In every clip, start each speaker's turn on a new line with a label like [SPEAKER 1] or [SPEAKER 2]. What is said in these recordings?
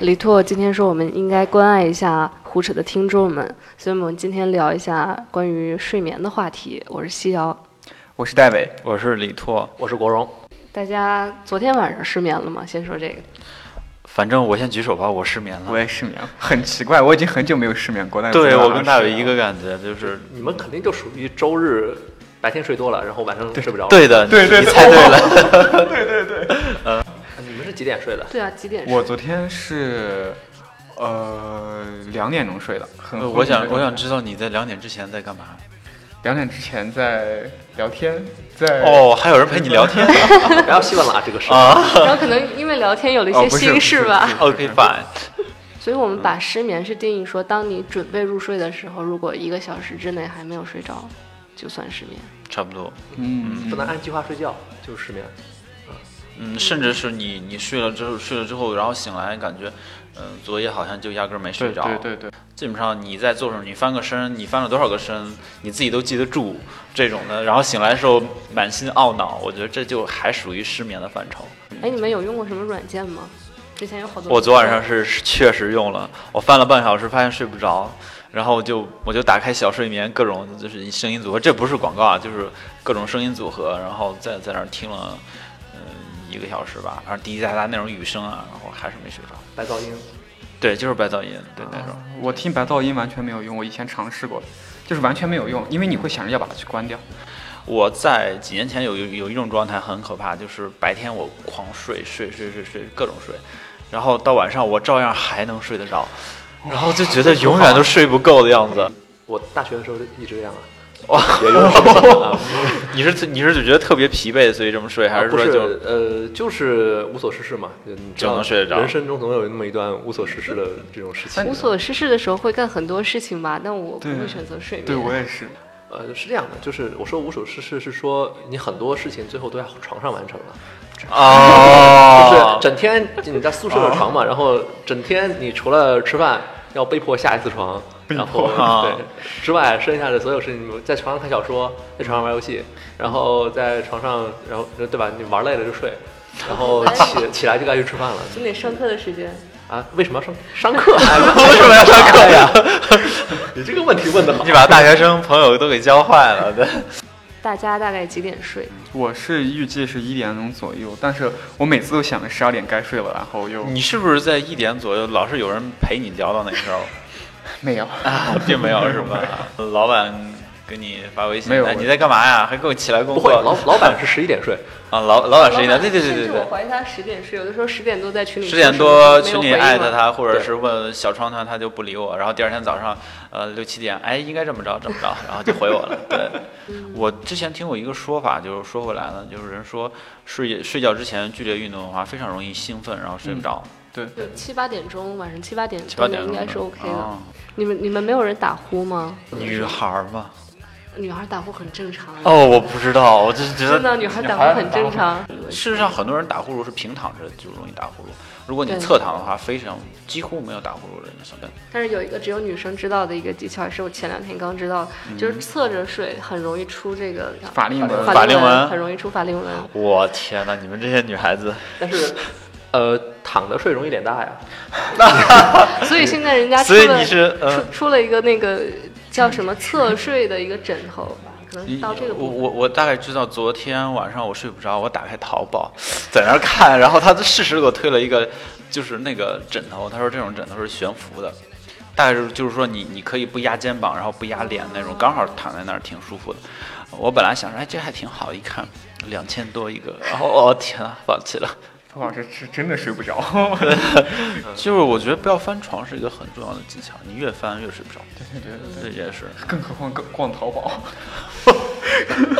[SPEAKER 1] 李拓今天说我们应该关爱一下胡扯的听众们，所以我们今天聊一下关于睡眠的话题。我是西瑶，
[SPEAKER 2] 我是戴伟，
[SPEAKER 3] 我是李拓，
[SPEAKER 4] 我是国荣。
[SPEAKER 1] 大家昨天晚上失眠了吗？先说这个。
[SPEAKER 3] 反正我先举手吧，我失眠了。
[SPEAKER 2] 我也失眠，很奇怪，我已经很久没有失眠过。但
[SPEAKER 3] 对我跟大伟一个感觉，就是
[SPEAKER 4] 你们肯定就属于周日白天睡多了，然后晚上睡不着。
[SPEAKER 3] 对的，
[SPEAKER 2] 对对，
[SPEAKER 3] 你猜对
[SPEAKER 2] 了。对对对。
[SPEAKER 4] 呃，你们是几点睡的？
[SPEAKER 1] 对啊，几点？
[SPEAKER 2] 我昨天是呃两点钟睡的。很
[SPEAKER 3] 呃 我想我想知道你在两点之前在干嘛？
[SPEAKER 2] 两点之前在聊天，在
[SPEAKER 3] 哦，还有人陪你聊天，
[SPEAKER 4] 不要细问了啊，这个事
[SPEAKER 3] 啊。
[SPEAKER 1] 然后可能因为聊天有了一些心事吧。
[SPEAKER 2] 哦、
[SPEAKER 3] OK fine。
[SPEAKER 1] 所以我们把失眠是定义说，当你准备入睡的时候，如果一个小时之内还没有睡着，就算失眠。
[SPEAKER 3] 差不多，
[SPEAKER 2] 嗯，
[SPEAKER 4] 不能按计划睡觉就是失眠。
[SPEAKER 3] 嗯，甚至是你你睡了之后睡了之后，然后醒来感觉，嗯、呃，昨夜好像就压根儿没睡着。
[SPEAKER 2] 对对对。
[SPEAKER 3] 基本上你在做什么，你翻个身，你翻了多少个身，你自己都记得住这种的。然后醒来的时候满心懊恼，我觉得这就还属于失眠的范畴。
[SPEAKER 1] 哎，你们有用过什么软件吗？之前有好多。
[SPEAKER 3] 我昨晚上是确实用了，我翻了半小时，发现睡不着。然后就我就打开小睡眠，各种就是声音组合，这不是广告啊，就是各种声音组合，然后在在那儿听了，嗯、呃，一个小时吧，反正滴滴答答那种雨声啊，然后还是没睡着。
[SPEAKER 4] 白噪音。
[SPEAKER 3] 对，就是白噪音，对、啊、那种。
[SPEAKER 2] 我听白噪音完全没有用，我以前尝试过，就是完全没有用，因为你会想着要把它去关掉。
[SPEAKER 3] 我在几年前有有一种状态很可怕，就是白天我狂睡，睡睡睡睡各种睡，然后到晚上我照样还能睡得着。然后就觉得永远都睡不够的样子。
[SPEAKER 4] 我大学的时候一直这样啊。
[SPEAKER 3] 哇，
[SPEAKER 4] 也就是
[SPEAKER 3] 你是你是觉得特别疲惫，所以这么睡，还
[SPEAKER 4] 是
[SPEAKER 3] 说就、啊、
[SPEAKER 4] 呃，就是无所事事嘛，
[SPEAKER 3] 就能睡得着。
[SPEAKER 4] 人生中总有那么一段无所事事的这种事情。
[SPEAKER 1] 无所事事的时候会干很多事情吧，但我不会选择睡眠。
[SPEAKER 2] 对我也是。
[SPEAKER 4] 呃，是这样的，就是我说无所事事是说你很多事情最后都在床上完成了。
[SPEAKER 3] 哦，
[SPEAKER 4] 就是整天你在宿舍的床嘛，然后整天你除了吃饭要被迫下一次床，然后对之外，剩下的所有事情，在床上看小说，在床上玩游戏，然后在床上，然后对吧？你玩累了就睡，然后起起来就该去吃饭了。
[SPEAKER 1] 总得上课的时间
[SPEAKER 4] 啊？为什么要上上课？为
[SPEAKER 3] 什么要上课呀？
[SPEAKER 4] 你这个问题问的 好，
[SPEAKER 3] 你把大学生朋友都给教坏 了，对。
[SPEAKER 1] 大家大概几点睡？
[SPEAKER 2] 我是预计是一点钟左右，但是我每次都想着十二点该睡了，然后又……
[SPEAKER 3] 你是不是在一点左右老是有人陪你聊到那时候？
[SPEAKER 2] 没有
[SPEAKER 3] 啊，并没有是 吧？老板给你发微信，
[SPEAKER 2] 没有、
[SPEAKER 3] 哎、你在干嘛呀？还给我起来工作？
[SPEAKER 4] 不会，老老板是十一点睡
[SPEAKER 3] 啊，老老板十一点，对对对对对。
[SPEAKER 1] 我怀疑他十点睡，有的时候十点多在群里
[SPEAKER 3] 十点多群里艾特他，或者是问小窗团，他就不理我，然后第二天早上呃六七点，哎应该这么着这么着，然后就回我了，对。我之前听过一个说法，就是说回来了，就是人说睡睡觉之前剧烈运动的话，非常容易兴奋，然后睡不着。
[SPEAKER 2] 嗯、
[SPEAKER 1] 对，七八点钟，晚上七八点，
[SPEAKER 3] 七八点
[SPEAKER 1] 应该是 OK 的。
[SPEAKER 3] 哦、
[SPEAKER 1] 你们你们没有人打呼吗？
[SPEAKER 3] 女孩嘛，
[SPEAKER 1] 女孩打呼很正常。啊
[SPEAKER 3] 哦，我不知道，我就是觉得
[SPEAKER 1] 真的女孩打呼很正常。
[SPEAKER 3] 事实上，很多人打呼噜是平躺着就容易打呼噜，如果你侧躺的话，非常几乎没有打呼噜的人。
[SPEAKER 1] 但是有一个只有女生知道的一个技巧，也是我前两天刚知道，嗯、就是侧着睡很容易出这个
[SPEAKER 2] 法令纹，
[SPEAKER 3] 法
[SPEAKER 1] 令
[SPEAKER 3] 纹
[SPEAKER 1] 很容易出法令纹。
[SPEAKER 3] 我天哪，你们这些女孩子！
[SPEAKER 4] 但是。呃，躺着睡容易脸大呀，
[SPEAKER 1] 所以现在人家
[SPEAKER 3] 所以你是、呃、
[SPEAKER 1] 出出了一个那个叫什么侧睡的一个枕头吧，可能到这个
[SPEAKER 3] 我我我大概知道，昨天晚上我睡不着，我打开淘宝，在那儿看，然后他适时给我推了一个，就是那个枕头，他说这种枕头是悬浮的，大概是就是说你你可以不压肩膀，然后不压脸那种，刚好躺在那儿挺舒服的。我本来想着哎这还挺好，一看两千多一个，然后哦天啊，放弃了。
[SPEAKER 2] 老师是真的睡不着，嗯
[SPEAKER 3] 就是我觉得不要翻床是一个很重要的技巧，你越翻越睡不着。
[SPEAKER 2] 对对对，
[SPEAKER 3] 这也是。
[SPEAKER 2] 更何况逛淘宝，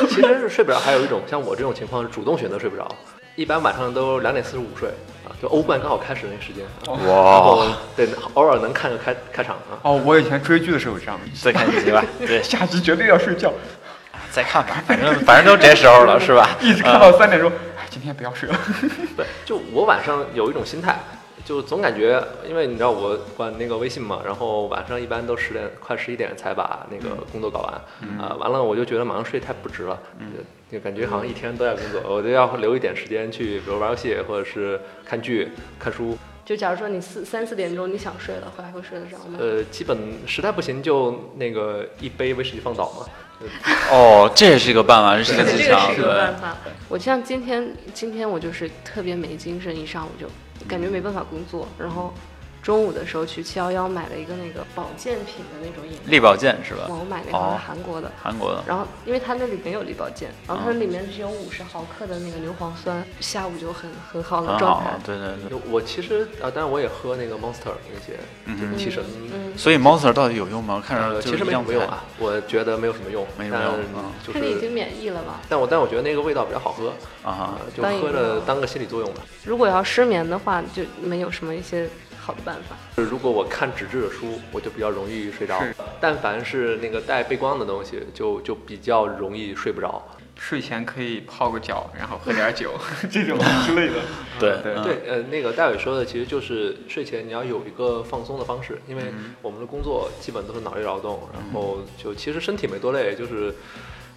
[SPEAKER 4] 其实是睡不着。还有一种像我这种情况是主动选择睡不着，一般晚上都两点四十五睡啊，就欧冠刚好开始那时间。啊
[SPEAKER 3] 哦哇，
[SPEAKER 4] 对，偶尔能看个开开场啊。
[SPEAKER 2] 哦，我以前追剧的时候这样，
[SPEAKER 3] 再看一集吧，对，
[SPEAKER 2] 下集绝对要睡觉。
[SPEAKER 3] 再看吧，反正反正都这时候了，是吧？
[SPEAKER 2] 一直看到三点钟，哎，今天不要睡了。
[SPEAKER 4] 对，就我晚上有一种心态，就总感觉，因为你知道我管那个微信嘛，然后晚上一般都十点快十一点才把那个工作搞完，啊、
[SPEAKER 3] 嗯
[SPEAKER 4] 呃，完了我就觉得马上睡太不值了，
[SPEAKER 3] 嗯、
[SPEAKER 4] 就感觉好像一天都在工作，我就要留一点时间去，比如玩游戏或者是看剧、看书。
[SPEAKER 1] 就假如说你四三四点钟你想睡了，会还会睡得着吗？
[SPEAKER 4] 呃，基本实在不行就那个一杯威士忌放倒嘛。
[SPEAKER 3] 哦，这也是一个办法，这是 一
[SPEAKER 1] 这
[SPEAKER 3] 个
[SPEAKER 1] 个
[SPEAKER 3] 技
[SPEAKER 1] 是
[SPEAKER 3] 巧，
[SPEAKER 1] 一个
[SPEAKER 3] 对
[SPEAKER 1] 办。法。我像今天，今天我就是特别没精神，一上午就感觉没办法工作。然后中午的时候去七幺幺买了一个那个保健品的那种饮料，
[SPEAKER 3] 力保健是吧？
[SPEAKER 1] 我买那
[SPEAKER 3] 哦
[SPEAKER 1] 个韩国的。
[SPEAKER 3] 韩国的，
[SPEAKER 1] 然后，因为它那里面有力保健，然后它里面是有五十毫克的那个牛磺酸，下午就很很好的
[SPEAKER 3] 很
[SPEAKER 1] 状
[SPEAKER 3] 好啊
[SPEAKER 1] 态。，
[SPEAKER 3] 对对对。
[SPEAKER 4] 我其实啊，当然我也喝那个 Monster 那些
[SPEAKER 3] 嗯
[SPEAKER 4] 就
[SPEAKER 3] 哼嗯
[SPEAKER 4] 提神，
[SPEAKER 1] 嗯，
[SPEAKER 3] 所以 Monster 到底有用吗？看
[SPEAKER 4] 呃
[SPEAKER 3] 着
[SPEAKER 4] 其实没什么用啊，我觉得没有什么用，
[SPEAKER 3] 没什么
[SPEAKER 4] 但
[SPEAKER 3] 用嗯
[SPEAKER 4] 就
[SPEAKER 1] 看你已
[SPEAKER 4] 是
[SPEAKER 1] 经免疫了吧？
[SPEAKER 4] 但我但我觉得那个味道比较好喝
[SPEAKER 3] 啊哈
[SPEAKER 4] 啊，就
[SPEAKER 1] 当饮
[SPEAKER 4] 喝着
[SPEAKER 1] 料
[SPEAKER 4] 当个心理作用吧。
[SPEAKER 1] 如果要失眠的话，就没有什么一些好的办法。
[SPEAKER 4] 就是如果我看纸质的书，我就比较容易睡着
[SPEAKER 2] 是。
[SPEAKER 4] 但凡是那个带背光的东西，就就比较容易睡不着。
[SPEAKER 2] 睡前可以泡个脚，然后喝点酒， 这种之类的。
[SPEAKER 3] 对
[SPEAKER 2] 对
[SPEAKER 3] 嗯
[SPEAKER 4] 对，呃，那个戴伟说的其实就是睡前你要有一个放松的方式，因为我们的工作基本都是脑力劳动，然后就其实身体没多累，就是。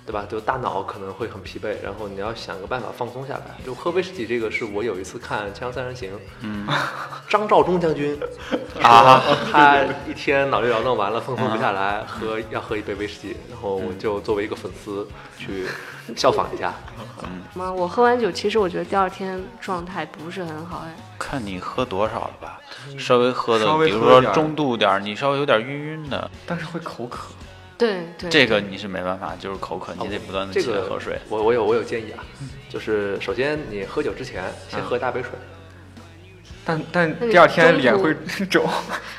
[SPEAKER 4] 对吧？就大脑可能会很疲惫，然后你要想个办法放松下来。就喝威士忌这个，是我有一次看《锵锵三人行》，嗯， 张召忠将军 啊， 他一天脑力劳动完了，放松不下来，喝要喝一杯威士忌，然后我就作为一个粉丝去效仿一下。
[SPEAKER 1] 妈，我喝完酒，其实我觉得第二天状态不是很好哎。
[SPEAKER 3] 看你喝多少了吧，稍微喝的
[SPEAKER 2] 稍，微
[SPEAKER 3] 比如
[SPEAKER 2] 喝
[SPEAKER 3] 说
[SPEAKER 2] 点儿
[SPEAKER 3] 中度点儿，你稍微有点晕晕的，
[SPEAKER 2] 但是会口渴，
[SPEAKER 1] 对对，
[SPEAKER 3] 这个你是没办法，就是口渴，你得不断的
[SPEAKER 4] 哦这
[SPEAKER 3] 起来
[SPEAKER 4] 个
[SPEAKER 3] 呃喝水。
[SPEAKER 4] 我我有我有建议啊，就是首先你喝酒之前
[SPEAKER 3] 嗯
[SPEAKER 4] 先喝一大杯水，
[SPEAKER 2] 但但
[SPEAKER 1] 那你
[SPEAKER 2] 第二天
[SPEAKER 1] 中
[SPEAKER 2] 脸
[SPEAKER 1] 途
[SPEAKER 2] 会 肿。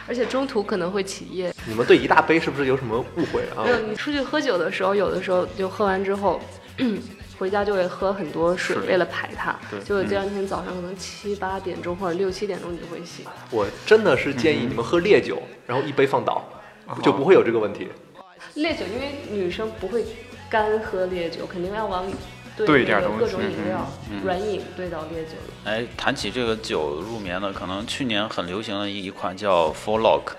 [SPEAKER 1] 而且中途可能会起夜。
[SPEAKER 4] 你们对一大杯是不是有什么误会啊
[SPEAKER 2] 哦
[SPEAKER 1] 没？有，你出去喝酒的时候，有的时候就喝完之后， 回家就会喝很多水，
[SPEAKER 2] 水
[SPEAKER 1] 为了排它。
[SPEAKER 2] 对
[SPEAKER 1] 结果第二天早上可能七八点钟或者六七点钟你就会醒。
[SPEAKER 4] 我真的是
[SPEAKER 3] 嗯
[SPEAKER 4] 建议你们喝烈酒，然后一杯放倒，
[SPEAKER 3] 啊
[SPEAKER 4] 就不会有这个问题。
[SPEAKER 1] 烈酒，因为女生不会干喝烈酒，肯定要往
[SPEAKER 2] 兑
[SPEAKER 1] 兑
[SPEAKER 2] 点
[SPEAKER 1] 那
[SPEAKER 2] 东
[SPEAKER 1] 个各
[SPEAKER 2] 西嗯
[SPEAKER 1] 种饮料、软饮兑到烈酒里。
[SPEAKER 3] 哎，谈起这个酒入眠的，可能去年很流行的一款叫 f o r Lock，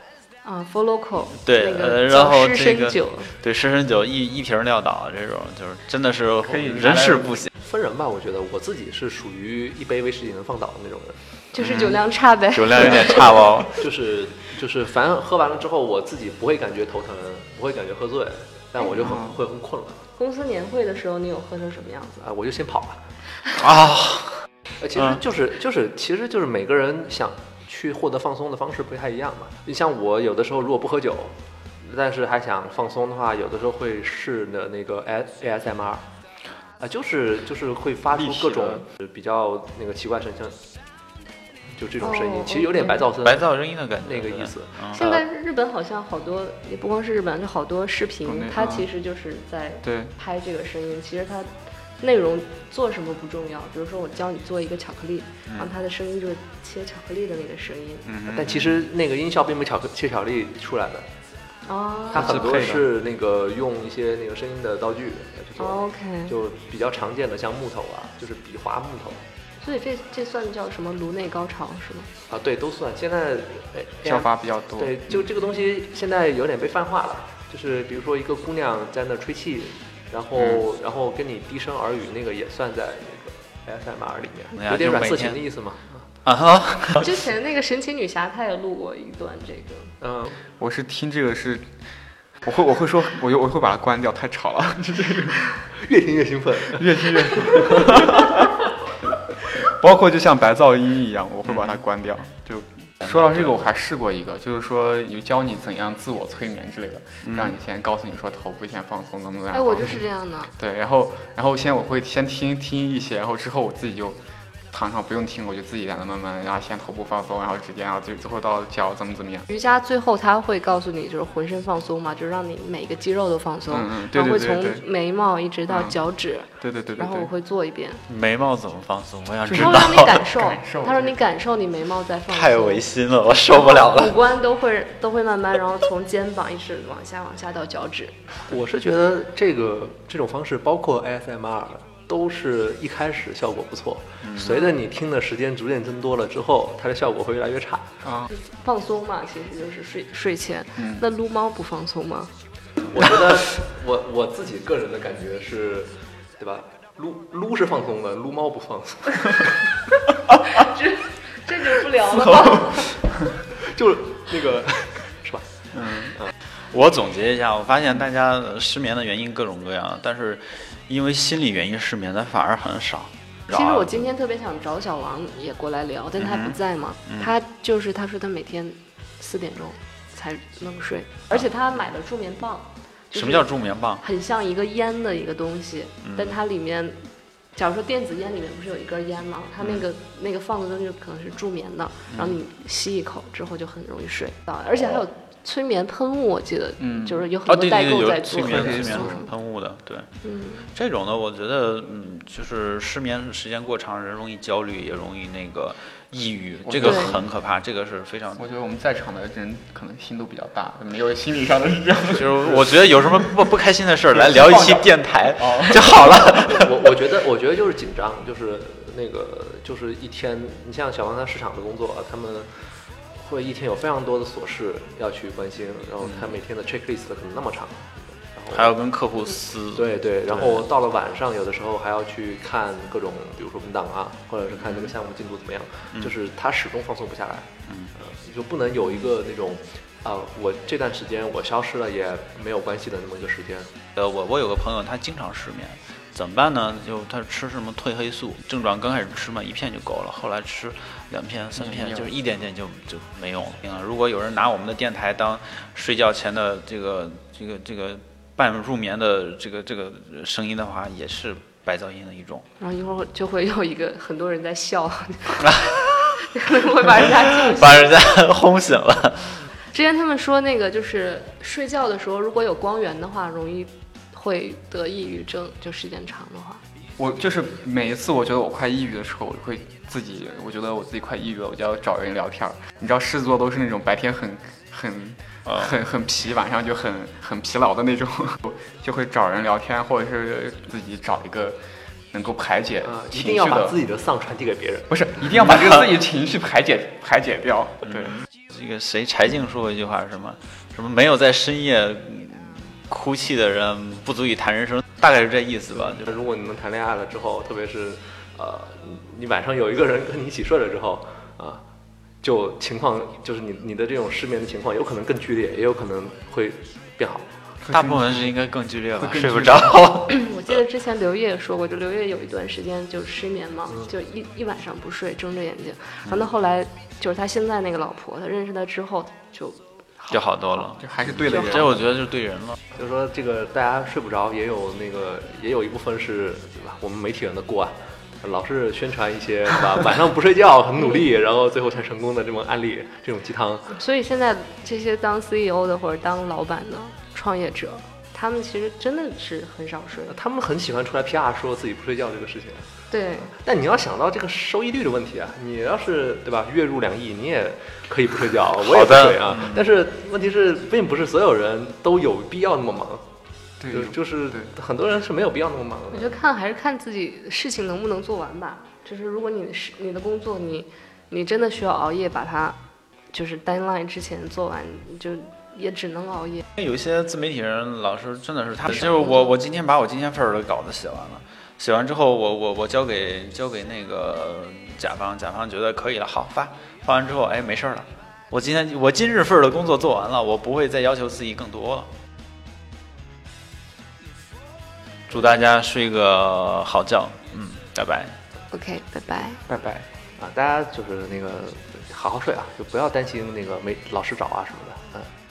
[SPEAKER 1] 啊 f o l o c o
[SPEAKER 3] 对
[SPEAKER 1] 那
[SPEAKER 3] 呃
[SPEAKER 1] 个
[SPEAKER 3] 然
[SPEAKER 1] 叫
[SPEAKER 3] 后这
[SPEAKER 1] 湿身
[SPEAKER 3] 个
[SPEAKER 1] 酒，
[SPEAKER 3] 对，湿身酒一一瓶撂倒，啊这种就是真的是
[SPEAKER 2] 可以拿来
[SPEAKER 3] 人事不行。
[SPEAKER 4] 分人吧，我觉得我自己是属于一杯威士忌能放倒的那种人，
[SPEAKER 1] 就是酒量差呗。
[SPEAKER 3] 酒量有点差 哦，
[SPEAKER 4] 就是就是，反正喝完了之后，我自己不会感觉头疼，不会感觉喝醉，但我就
[SPEAKER 3] 嗯
[SPEAKER 4] 很会很困了
[SPEAKER 1] 公司年会的时候，你有喝成什么样子？
[SPEAKER 4] 啊，我就先跑了。
[SPEAKER 3] 啊，
[SPEAKER 4] 呃，其实
[SPEAKER 3] 嗯
[SPEAKER 4] 就是就是，其实就是每个人想去获得放松的方式不太一样嘛。你像我有的时候如果不喝酒，但是还想放松的话，有的时候会试的那个 A A S M R，啊，就是就是会发出
[SPEAKER 2] 立体
[SPEAKER 4] 各种
[SPEAKER 2] 的
[SPEAKER 4] 呃比较那个奇怪声声，就这种声音
[SPEAKER 1] 哦，
[SPEAKER 4] 其实有点白噪声，
[SPEAKER 3] 白噪声音的感觉，
[SPEAKER 4] 那个意思。
[SPEAKER 3] 嗯
[SPEAKER 1] 现在日本好像好多，也不光是日本，就好多视
[SPEAKER 2] 国
[SPEAKER 1] 频
[SPEAKER 2] 内，
[SPEAKER 1] 它
[SPEAKER 2] 啊
[SPEAKER 1] 其实就是在
[SPEAKER 2] 对，
[SPEAKER 1] 拍这个声音。其实它内容做什么不重要，比如说我教你做一个巧克力，然后它的声音就是切巧克力的那个声音。
[SPEAKER 2] 嗯
[SPEAKER 4] 但其实那个音效并不是巧克切巧克力出来的，它
[SPEAKER 1] 哦
[SPEAKER 4] 很多
[SPEAKER 2] 自配的
[SPEAKER 4] 是那个用一些那个声音的道具来去做
[SPEAKER 1] 哦
[SPEAKER 4] 的，
[SPEAKER 1] ，OK，
[SPEAKER 4] 就比较常见的像木头啊，就是笔划木头。
[SPEAKER 1] 所以这这算叫什么颅内高潮是吗？
[SPEAKER 4] 啊，对，都算。现在哎
[SPEAKER 2] 效法比较多。
[SPEAKER 4] 对，就这个东西现在有点被泛化了，就是比如说一个姑娘在那吹气，然后、然后跟你低声耳语，那个也算在那个 SMR 里
[SPEAKER 3] 哎
[SPEAKER 4] 面，
[SPEAKER 3] 呀
[SPEAKER 4] 有点
[SPEAKER 3] 就
[SPEAKER 4] 软
[SPEAKER 3] 每
[SPEAKER 4] 色情
[SPEAKER 3] 天
[SPEAKER 4] 的意思嘛。
[SPEAKER 3] 啊哈，
[SPEAKER 1] 之前那个神奇女侠她也录过一段这个。
[SPEAKER 4] 嗯，
[SPEAKER 2] 我是听这个是，我会我会说，我就我会把它关掉，太吵了。
[SPEAKER 4] 越听越兴奋。
[SPEAKER 2] 越听越，包括就像白噪音一样，我会把它关掉。就说到这个，我还试过一个，就是说有教你怎样自我催眠之类的，让你先告诉你说头部先放松，怎么怎么样。
[SPEAKER 1] 哎，我就是这样的。
[SPEAKER 2] 对，然后然后先我会先听听一些，然后之后我自己就躺上不用听，我就自己在那慢慢，然后先头部放松，然后直接然后最最后到脚怎么怎么样。
[SPEAKER 1] 瑜伽最后它会告诉你，就是浑身放松嘛，就是让你每个肌肉都放松，
[SPEAKER 2] 嗯嗯对
[SPEAKER 1] 然后会
[SPEAKER 2] 对
[SPEAKER 1] 从
[SPEAKER 2] 对
[SPEAKER 1] 眉毛一直到
[SPEAKER 2] 嗯
[SPEAKER 1] 脚趾，
[SPEAKER 2] 对对对对
[SPEAKER 1] 然后我
[SPEAKER 2] 对，
[SPEAKER 1] 会做一遍，
[SPEAKER 3] 眉毛怎么放松？我想知
[SPEAKER 1] 然后让你
[SPEAKER 3] 道，
[SPEAKER 1] 感 受
[SPEAKER 2] 感，受
[SPEAKER 1] 他说你感受你眉毛在放松，
[SPEAKER 3] 太违心了，我受不了
[SPEAKER 1] 五
[SPEAKER 3] 了。
[SPEAKER 1] 官都会都会慢慢，然后从肩膀一直往下往下到脚趾，
[SPEAKER 4] 我是觉得这个这种方式，包括 ASMR，都是一开始效果不错，随着你听的时间逐渐增多了之后，它的效果会越来越差。
[SPEAKER 2] 啊，
[SPEAKER 1] 放松嘛，其实就是睡睡前。
[SPEAKER 2] 嗯
[SPEAKER 1] 那撸猫不放松吗？
[SPEAKER 4] 我觉得我我自己个人的感觉是，对吧？撸撸是放松的，撸猫不放松。
[SPEAKER 1] 这这就不聊了吧。
[SPEAKER 4] 就是那个是吧？
[SPEAKER 3] 我总结一下，我发现大家呃失眠的原因各种各样，但是因为心理原因失眠的反而很少。
[SPEAKER 1] 其实
[SPEAKER 3] 啊
[SPEAKER 1] 我今天特别想找小王也过来聊，但他
[SPEAKER 3] 嗯
[SPEAKER 1] 不在嘛。他就是他说他每天四点钟才能睡，而且他买了助眠棒。就是
[SPEAKER 3] 啊什么叫助嗯眠棒？
[SPEAKER 1] 很像一个烟的一个东西，但它里面，假如说电子烟里面不是有一根烟吗？它
[SPEAKER 3] 嗯
[SPEAKER 1] 那个、那个放的东西可能是助眠的，然后你吸一口之后就很容易睡啊，而且还有催眠喷雾，我记得、
[SPEAKER 2] 嗯
[SPEAKER 1] 就是有
[SPEAKER 3] 啊，
[SPEAKER 1] 很
[SPEAKER 3] 哦
[SPEAKER 1] 多
[SPEAKER 3] 对对
[SPEAKER 1] 代
[SPEAKER 3] 对，
[SPEAKER 1] 购
[SPEAKER 3] 有
[SPEAKER 1] 在
[SPEAKER 3] 催
[SPEAKER 1] 做，
[SPEAKER 3] 眠
[SPEAKER 2] 可以
[SPEAKER 3] 催眠
[SPEAKER 2] 做
[SPEAKER 3] 喷雾的，对
[SPEAKER 1] 嗯，
[SPEAKER 3] 这种呢，我觉得嗯，就是失眠时间过长，人容易焦虑，也容易那个抑郁，
[SPEAKER 2] 我
[SPEAKER 3] 这个
[SPEAKER 1] 哦对
[SPEAKER 3] 很可怕，这个是非常。
[SPEAKER 2] 我觉得我们在场的人可能心都比较大，没有心理上的是这样的。
[SPEAKER 3] 就是我觉得有什么不不开心的 事儿，来聊一期电台
[SPEAKER 2] 哦
[SPEAKER 3] 就好了。
[SPEAKER 4] 我我觉得我觉得就是紧张，就是那个就是一天，你像小王他市场的工作，啊他们会一天有非常多的琐事要去关心，然后他每天的 checklist 可能那么长，然后
[SPEAKER 3] 还要跟客户撕，
[SPEAKER 4] 对对，然后到了晚上，有的时候还要去看各种，比如说文档啊，或者是看这个项目进度怎么样，就是他始终放松不下来，
[SPEAKER 3] 嗯
[SPEAKER 4] 呃，你就不能有一个那种啊、我这段时间我消失了也没有关系的那么一个时间。
[SPEAKER 3] 呃，我我有个朋友，他经常失眠，怎么办呢？就他吃什么褪黑素，症状刚开始吃嘛，一片就够了，后来吃两片、三
[SPEAKER 2] 没
[SPEAKER 3] 片，
[SPEAKER 2] 用
[SPEAKER 3] 就是一点点就就没用了。嗯如果有人拿我们的电台当睡觉前的这个这个这个半入眠的这个这个声音的话，也是白噪音的一种。
[SPEAKER 1] 然后一会儿就会有一个很多人在笑，可能会把人家叫醒。
[SPEAKER 3] 把人家 轰醒了，
[SPEAKER 1] 之前他们说那个就是睡觉的时候如果有光源的话，容易会得抑郁症，就时间长的话。
[SPEAKER 2] 我就是每一次我觉得我快抑郁的时候，我会自己，我觉得我自己快抑郁了，我就要找人聊天儿。你知道狮子座都是那种白天很很
[SPEAKER 3] 啊
[SPEAKER 2] 很很疲，晚上就很很疲劳的那种， 就会找人聊天，或者是自己找一个能够排解
[SPEAKER 4] 啊，一
[SPEAKER 2] 情
[SPEAKER 4] 定
[SPEAKER 2] 绪
[SPEAKER 4] 要把
[SPEAKER 2] 的，
[SPEAKER 4] 自己的丧传递给别人。
[SPEAKER 2] 不是一定要把这个自己情绪排解排解掉。对，
[SPEAKER 3] 这个谁柴静说过一句话是什么？什么没有在深夜嗯哭泣的人不足以谈人生，大概是这意思吧。就
[SPEAKER 4] 如果你们谈恋爱了之后，特别是呃，你你晚上有一个人跟你一起睡了之后啊、就情况就是你你的这种失眠的情况，有可能更剧烈，也有可能会变好。
[SPEAKER 3] 大部分是应该更剧烈吧
[SPEAKER 2] 会，更
[SPEAKER 3] 睡不
[SPEAKER 2] 剧烈
[SPEAKER 3] 着。
[SPEAKER 1] 我记得之前刘烨也说过，就刘烨有一段时间就失眠嘛，就一一晚上不睡，睁着眼睛。然后到后来，就是他现在那个老婆，他认识他之后就
[SPEAKER 3] 就好多了。
[SPEAKER 2] 就还是对了人。
[SPEAKER 3] 这我觉得就对人了，
[SPEAKER 4] 就是说这个大家睡不着，也有那个也有一部分是对吧我们媒体人的锅啊，老是宣传一些对吧 晚上不睡觉很努力，然后最后才成功的这种案例，这种鸡汤。
[SPEAKER 1] 所以现在这些当 CEO 的或者当老板的创业者，他们其实真的是很少睡的。
[SPEAKER 4] 他们很喜欢出来 PR 说自己不睡觉这个事情，啊
[SPEAKER 1] 对，
[SPEAKER 4] 但你要想到这个收益率的问题啊，你要是对吧，月入两亿，你也可以不睡觉，我也不睡啊。但是问题是，并不是所有人都有必要那么忙，
[SPEAKER 2] 对
[SPEAKER 4] 就就是
[SPEAKER 2] 对
[SPEAKER 4] 很多人是没有必要那么忙
[SPEAKER 1] 我觉
[SPEAKER 4] 的。
[SPEAKER 1] 得看还是看自己事情能不能做完吧。就是如果你是你的工作，你你真的需要熬夜把它，就是 deadline 之前做完，你就也只能熬夜。
[SPEAKER 3] 因为有一些自媒体人老师真的是他，就是我我今天把我今天份儿的稿子写完了，写完之后我我我交给交给那个甲方，甲方觉得可以了，好发，发完之后哎没事儿了，我今天我今日份儿的工作做完了，我不会再要求自己更多了。祝大家睡个好觉，嗯，拜拜。
[SPEAKER 1] OK，拜拜。
[SPEAKER 2] 拜拜。
[SPEAKER 4] 啊，大家就是那个好好睡啊，就不要担心那个没老师找啊什么的。嗯。